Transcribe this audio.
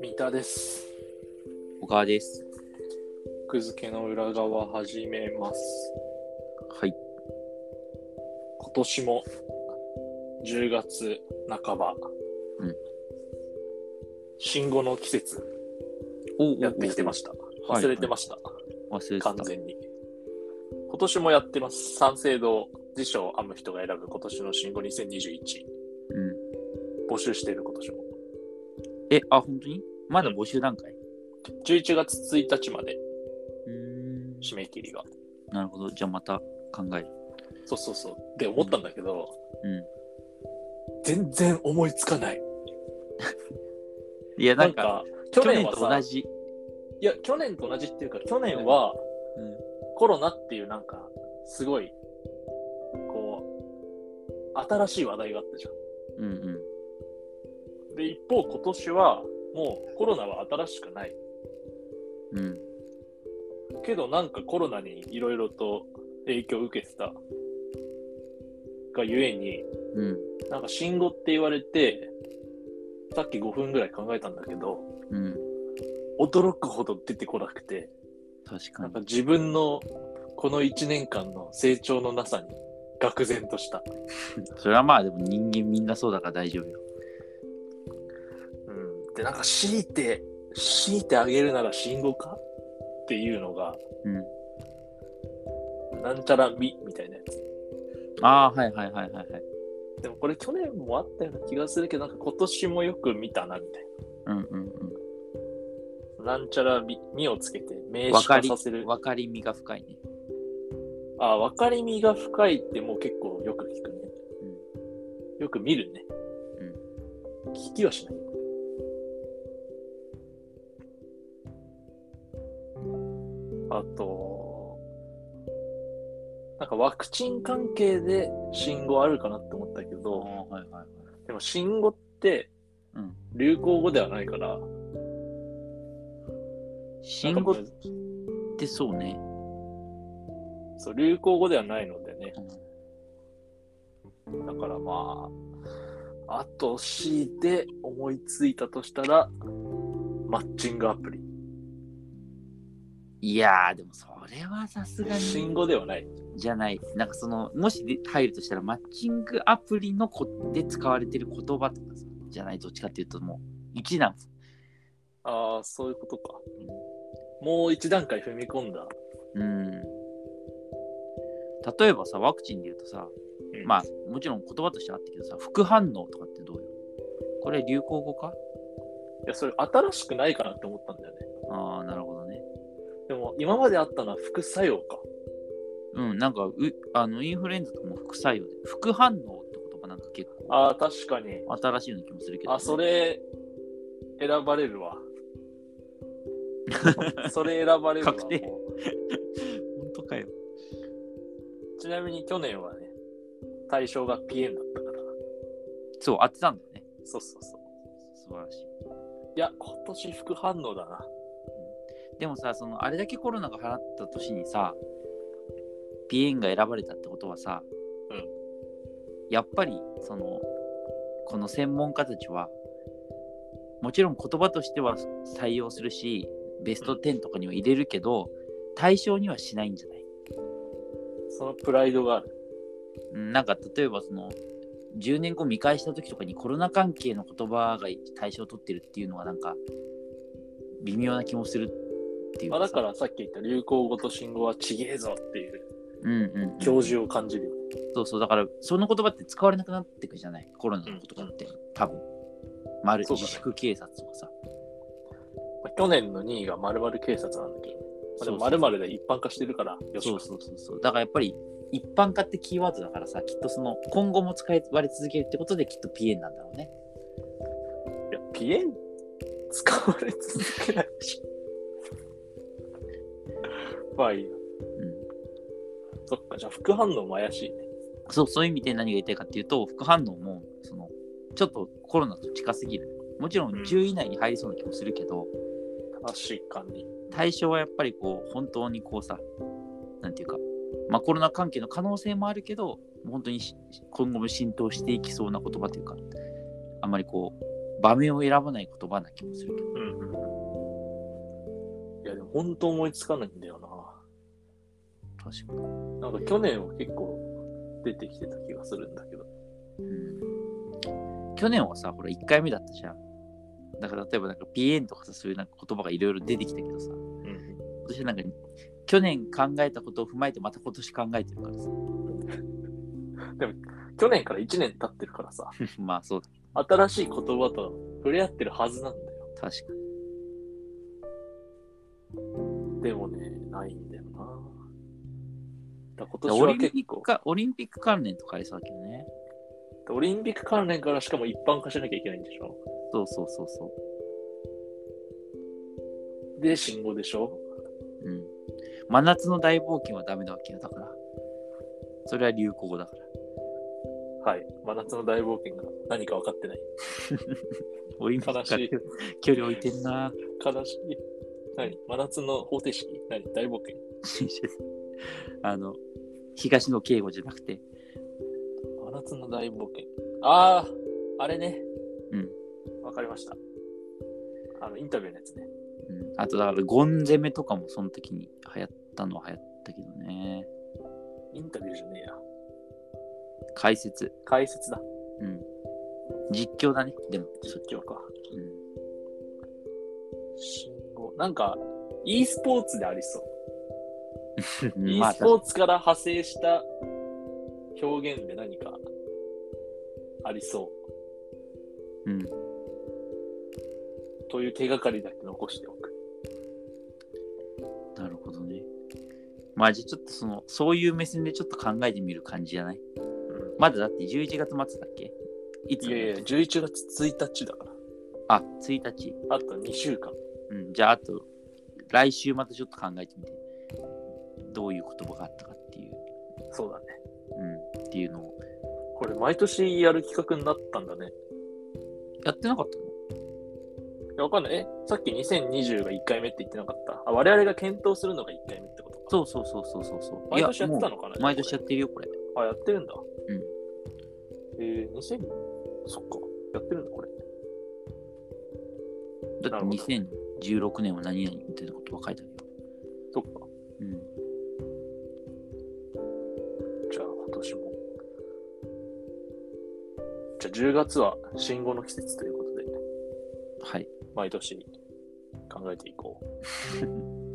三田です。小川です。く付けの裏側始めます。はい。今年も10月半ば、うん新語の季節おやってきてました。はい忘れてました、忘れてた完。全に。今年もやってます。三省堂辞書を編む人が選ぶ今年の新語2021うん。募集している今年も。え、あ、本当にまだ募集段階11月1日までうーん。締め切りが。なるほど。じゃあまた考える。そうそうそう。で思ったんだけど、う全然思いつかない。ん。いや、ななんんかか、、去去年年はとさ同、じ。いや、去年と同じっていうか、去年はうん。コロナっていうなんか、すごい、こう、新しい話題があったじゃうんうん。ん。で、一方、今年は、もうコロナは新しくない。うん。けど、なんかコロナにいろいろと影響を受けてたがゆえに、うん。なんか信号って言われて、さっき5分ぐらい考えたんだけど、うん。驚くほど出てこなくて、確かなんにか。自分のこの1年間の成長のなさに愕然とした。それはまあ、でも人間みんなそうだから大丈夫よ。うん、で、なんか強いて、強いてあげるなら信号かっていうのが、うん。なんちゃらみみたいなやああ、はいはいはいはいはい。つ。でもこれ去年もあったような気がするけど、なんか今年もよく見たなみたいうんうんな。なんちゃらみ、みをつけてう名ん。詞分か化りさせ、る。分かりみが深いね。あ、分かりみが深いってもう結構よく聞くね。よく見るね。聞きはしない。あと、なんかワクチン関係で信号あるかなって思ったけああ、ど、はいはいはい。でも信号ってうん流行語ではないから、信なん号かっむてそうね。そう流行語ではないのでね。うんだからまあ、あと C で思いついたとしたら、マッチングアプリ。いやー、でもそれはさすがに。信号ではない。じゃない。なんかその、もしで入るとしたら、マッチングアプリのこで使われてる言葉とかさじゃない、どっちかっていうと、もう、一段。ああ、そういうことか。もう一段階踏み込んだ。うん。例えばさ、ワクチンで言うとさ、まあ、あ、もちろん言葉としてはあったけどさ、副反応とかってどうよこれ流行語かいや、それ新しくないかなって思ったんだよね。ああ、なるほどね。でも、今まであったのは副作用か。うん、なんか、うあのインフルエンザとかも副作用で、副反応って言葉なんか結構ああ、確かに。新しいような気もするけど、あ、そ。れ、選ばれる わ。それ選ばれるわ。確定も本当かよ。うちなみに去年はね、対象がピエンだったから。そう、当てたんだよね。そうそうそう。素晴らしい。いや、今年副反応だな。でもさ、そのあれだけコロナが払った年にさ、ピエンが選ばれたってことはさ、うんやっぱりその、この専門家たちは、もちろん言葉としては採用するし、ベスト10とかには入れるけど、対象にはしないんじゃないそのプライドがある。うんなんか例えばその、10年後見返した時とかにコロナ関係の言葉が対象を取ってるっていうのはなんか、微妙な気もするっていう、まあ、だかららさっき言った流行語と信号はちげえぞっていううんうんうん、教授を感じるよね。そうそう、だから、その言葉って使われなくなってくじゃないコロナのことかって、多分。丸そうだね自粛警察とかさ。まあ去年の2位が〇〇警察なんだけどね、まあ、でもそうそ〇う〇で一般化してるから、よしそうそうそうそう。だからやっぱり、一般化ってキーワードだからさ、きっとその、今後も使われ続けるってことで、きっと PN なんだろうね。いや、ピエン使われ続けない。 まあいいや。うん。そっか、じゃあ副反応も怪しいね。そう、そういう意味で何が言いたいかっていうと、副反応も、その、ちょっとコロナと近すぎる。もちろんうん10位以内に入りそうな気もするけど、確かに。対象はやっぱりこう、本当にこうさ、なんていうか、まあコロナ関係の可能性もあるけど、本当にし今後も浸透していきそうな言葉というか、あんまりこう、場面を選ばない言葉な気もするけど。うん。いや、でも本当思いつかないんだよ確かに。な。なんか去年は結構出てきてた気がするんだけど。去年はさ、ほら、1回目だったじゃん。だから、例えばなんか、ピエンとかさ、そういうなんか言葉がいろいろ出てきたけどさ、今うん。年なんか、去年考えたことを踏まえて、また今年考えてるからさ。去年から1年経ってるからさ、まあ、そうだ。新しい言葉と触れ合ってるはずなんだよ。確かに。でもね、ないんだよな。だから今年オはリン結ピッ構クか、オリンピック関連とかありそうだけどね。オリンピック関連からしかも一般化しなきゃいけないんでしょそうそうそうそで、信号でしょう。うん。真夏の大冒険はダメなわけよ、だから。それは流行語だから。はい。真夏の大冒険が何か分かってない。オリンピックから悲しい 距離置いてんな。悲しい。何真夏の方程式何大冒険 あの、東野敬吾じゃなくて、真夏の大冒険。ああ、あれね。うん。わかりました。あの、インタビューのやつね。うん、あとだからゴン攻めとかもその時に流行ったのは流行ったけどねインタビューじゃねえや。解説解説だ。うん実況だねでもそっ実況か。ち、うん信号。なんか、e スポーツでありそう。うん、 e まあスポーツから派生した表現で何かありそうん、うという手がかりだけ残しておく。なるほどねまあじゃあちょっとそのそういう目線でちょっと考えてみる感じじゃないまだだって11月末だっけいついやいや、11月1日だから。あ1日あと2週間。うんじゃああと来週またちょっと考えてみてどういう言葉があったかっていう、そうだね。うん、っていうのをこれ、毎年やる企画になったんだね。やってなかったのいやわかんない。え、さっき2020が1回目って言ってなかったあ、我々が検討するのが1回目ってことか。そうそうそうそうそうそう毎年やってたいのかなもう毎年やっってるよこれあ、やってるんだ。うん。えー、2000、そっか。やってるんだ、これ。だなってるほど2016年は何々みたいなことは書いてあるよ。そっか。じゃあ、今年も。じゃあ、10月は信号の季節ということで、はい。毎年考えていこう。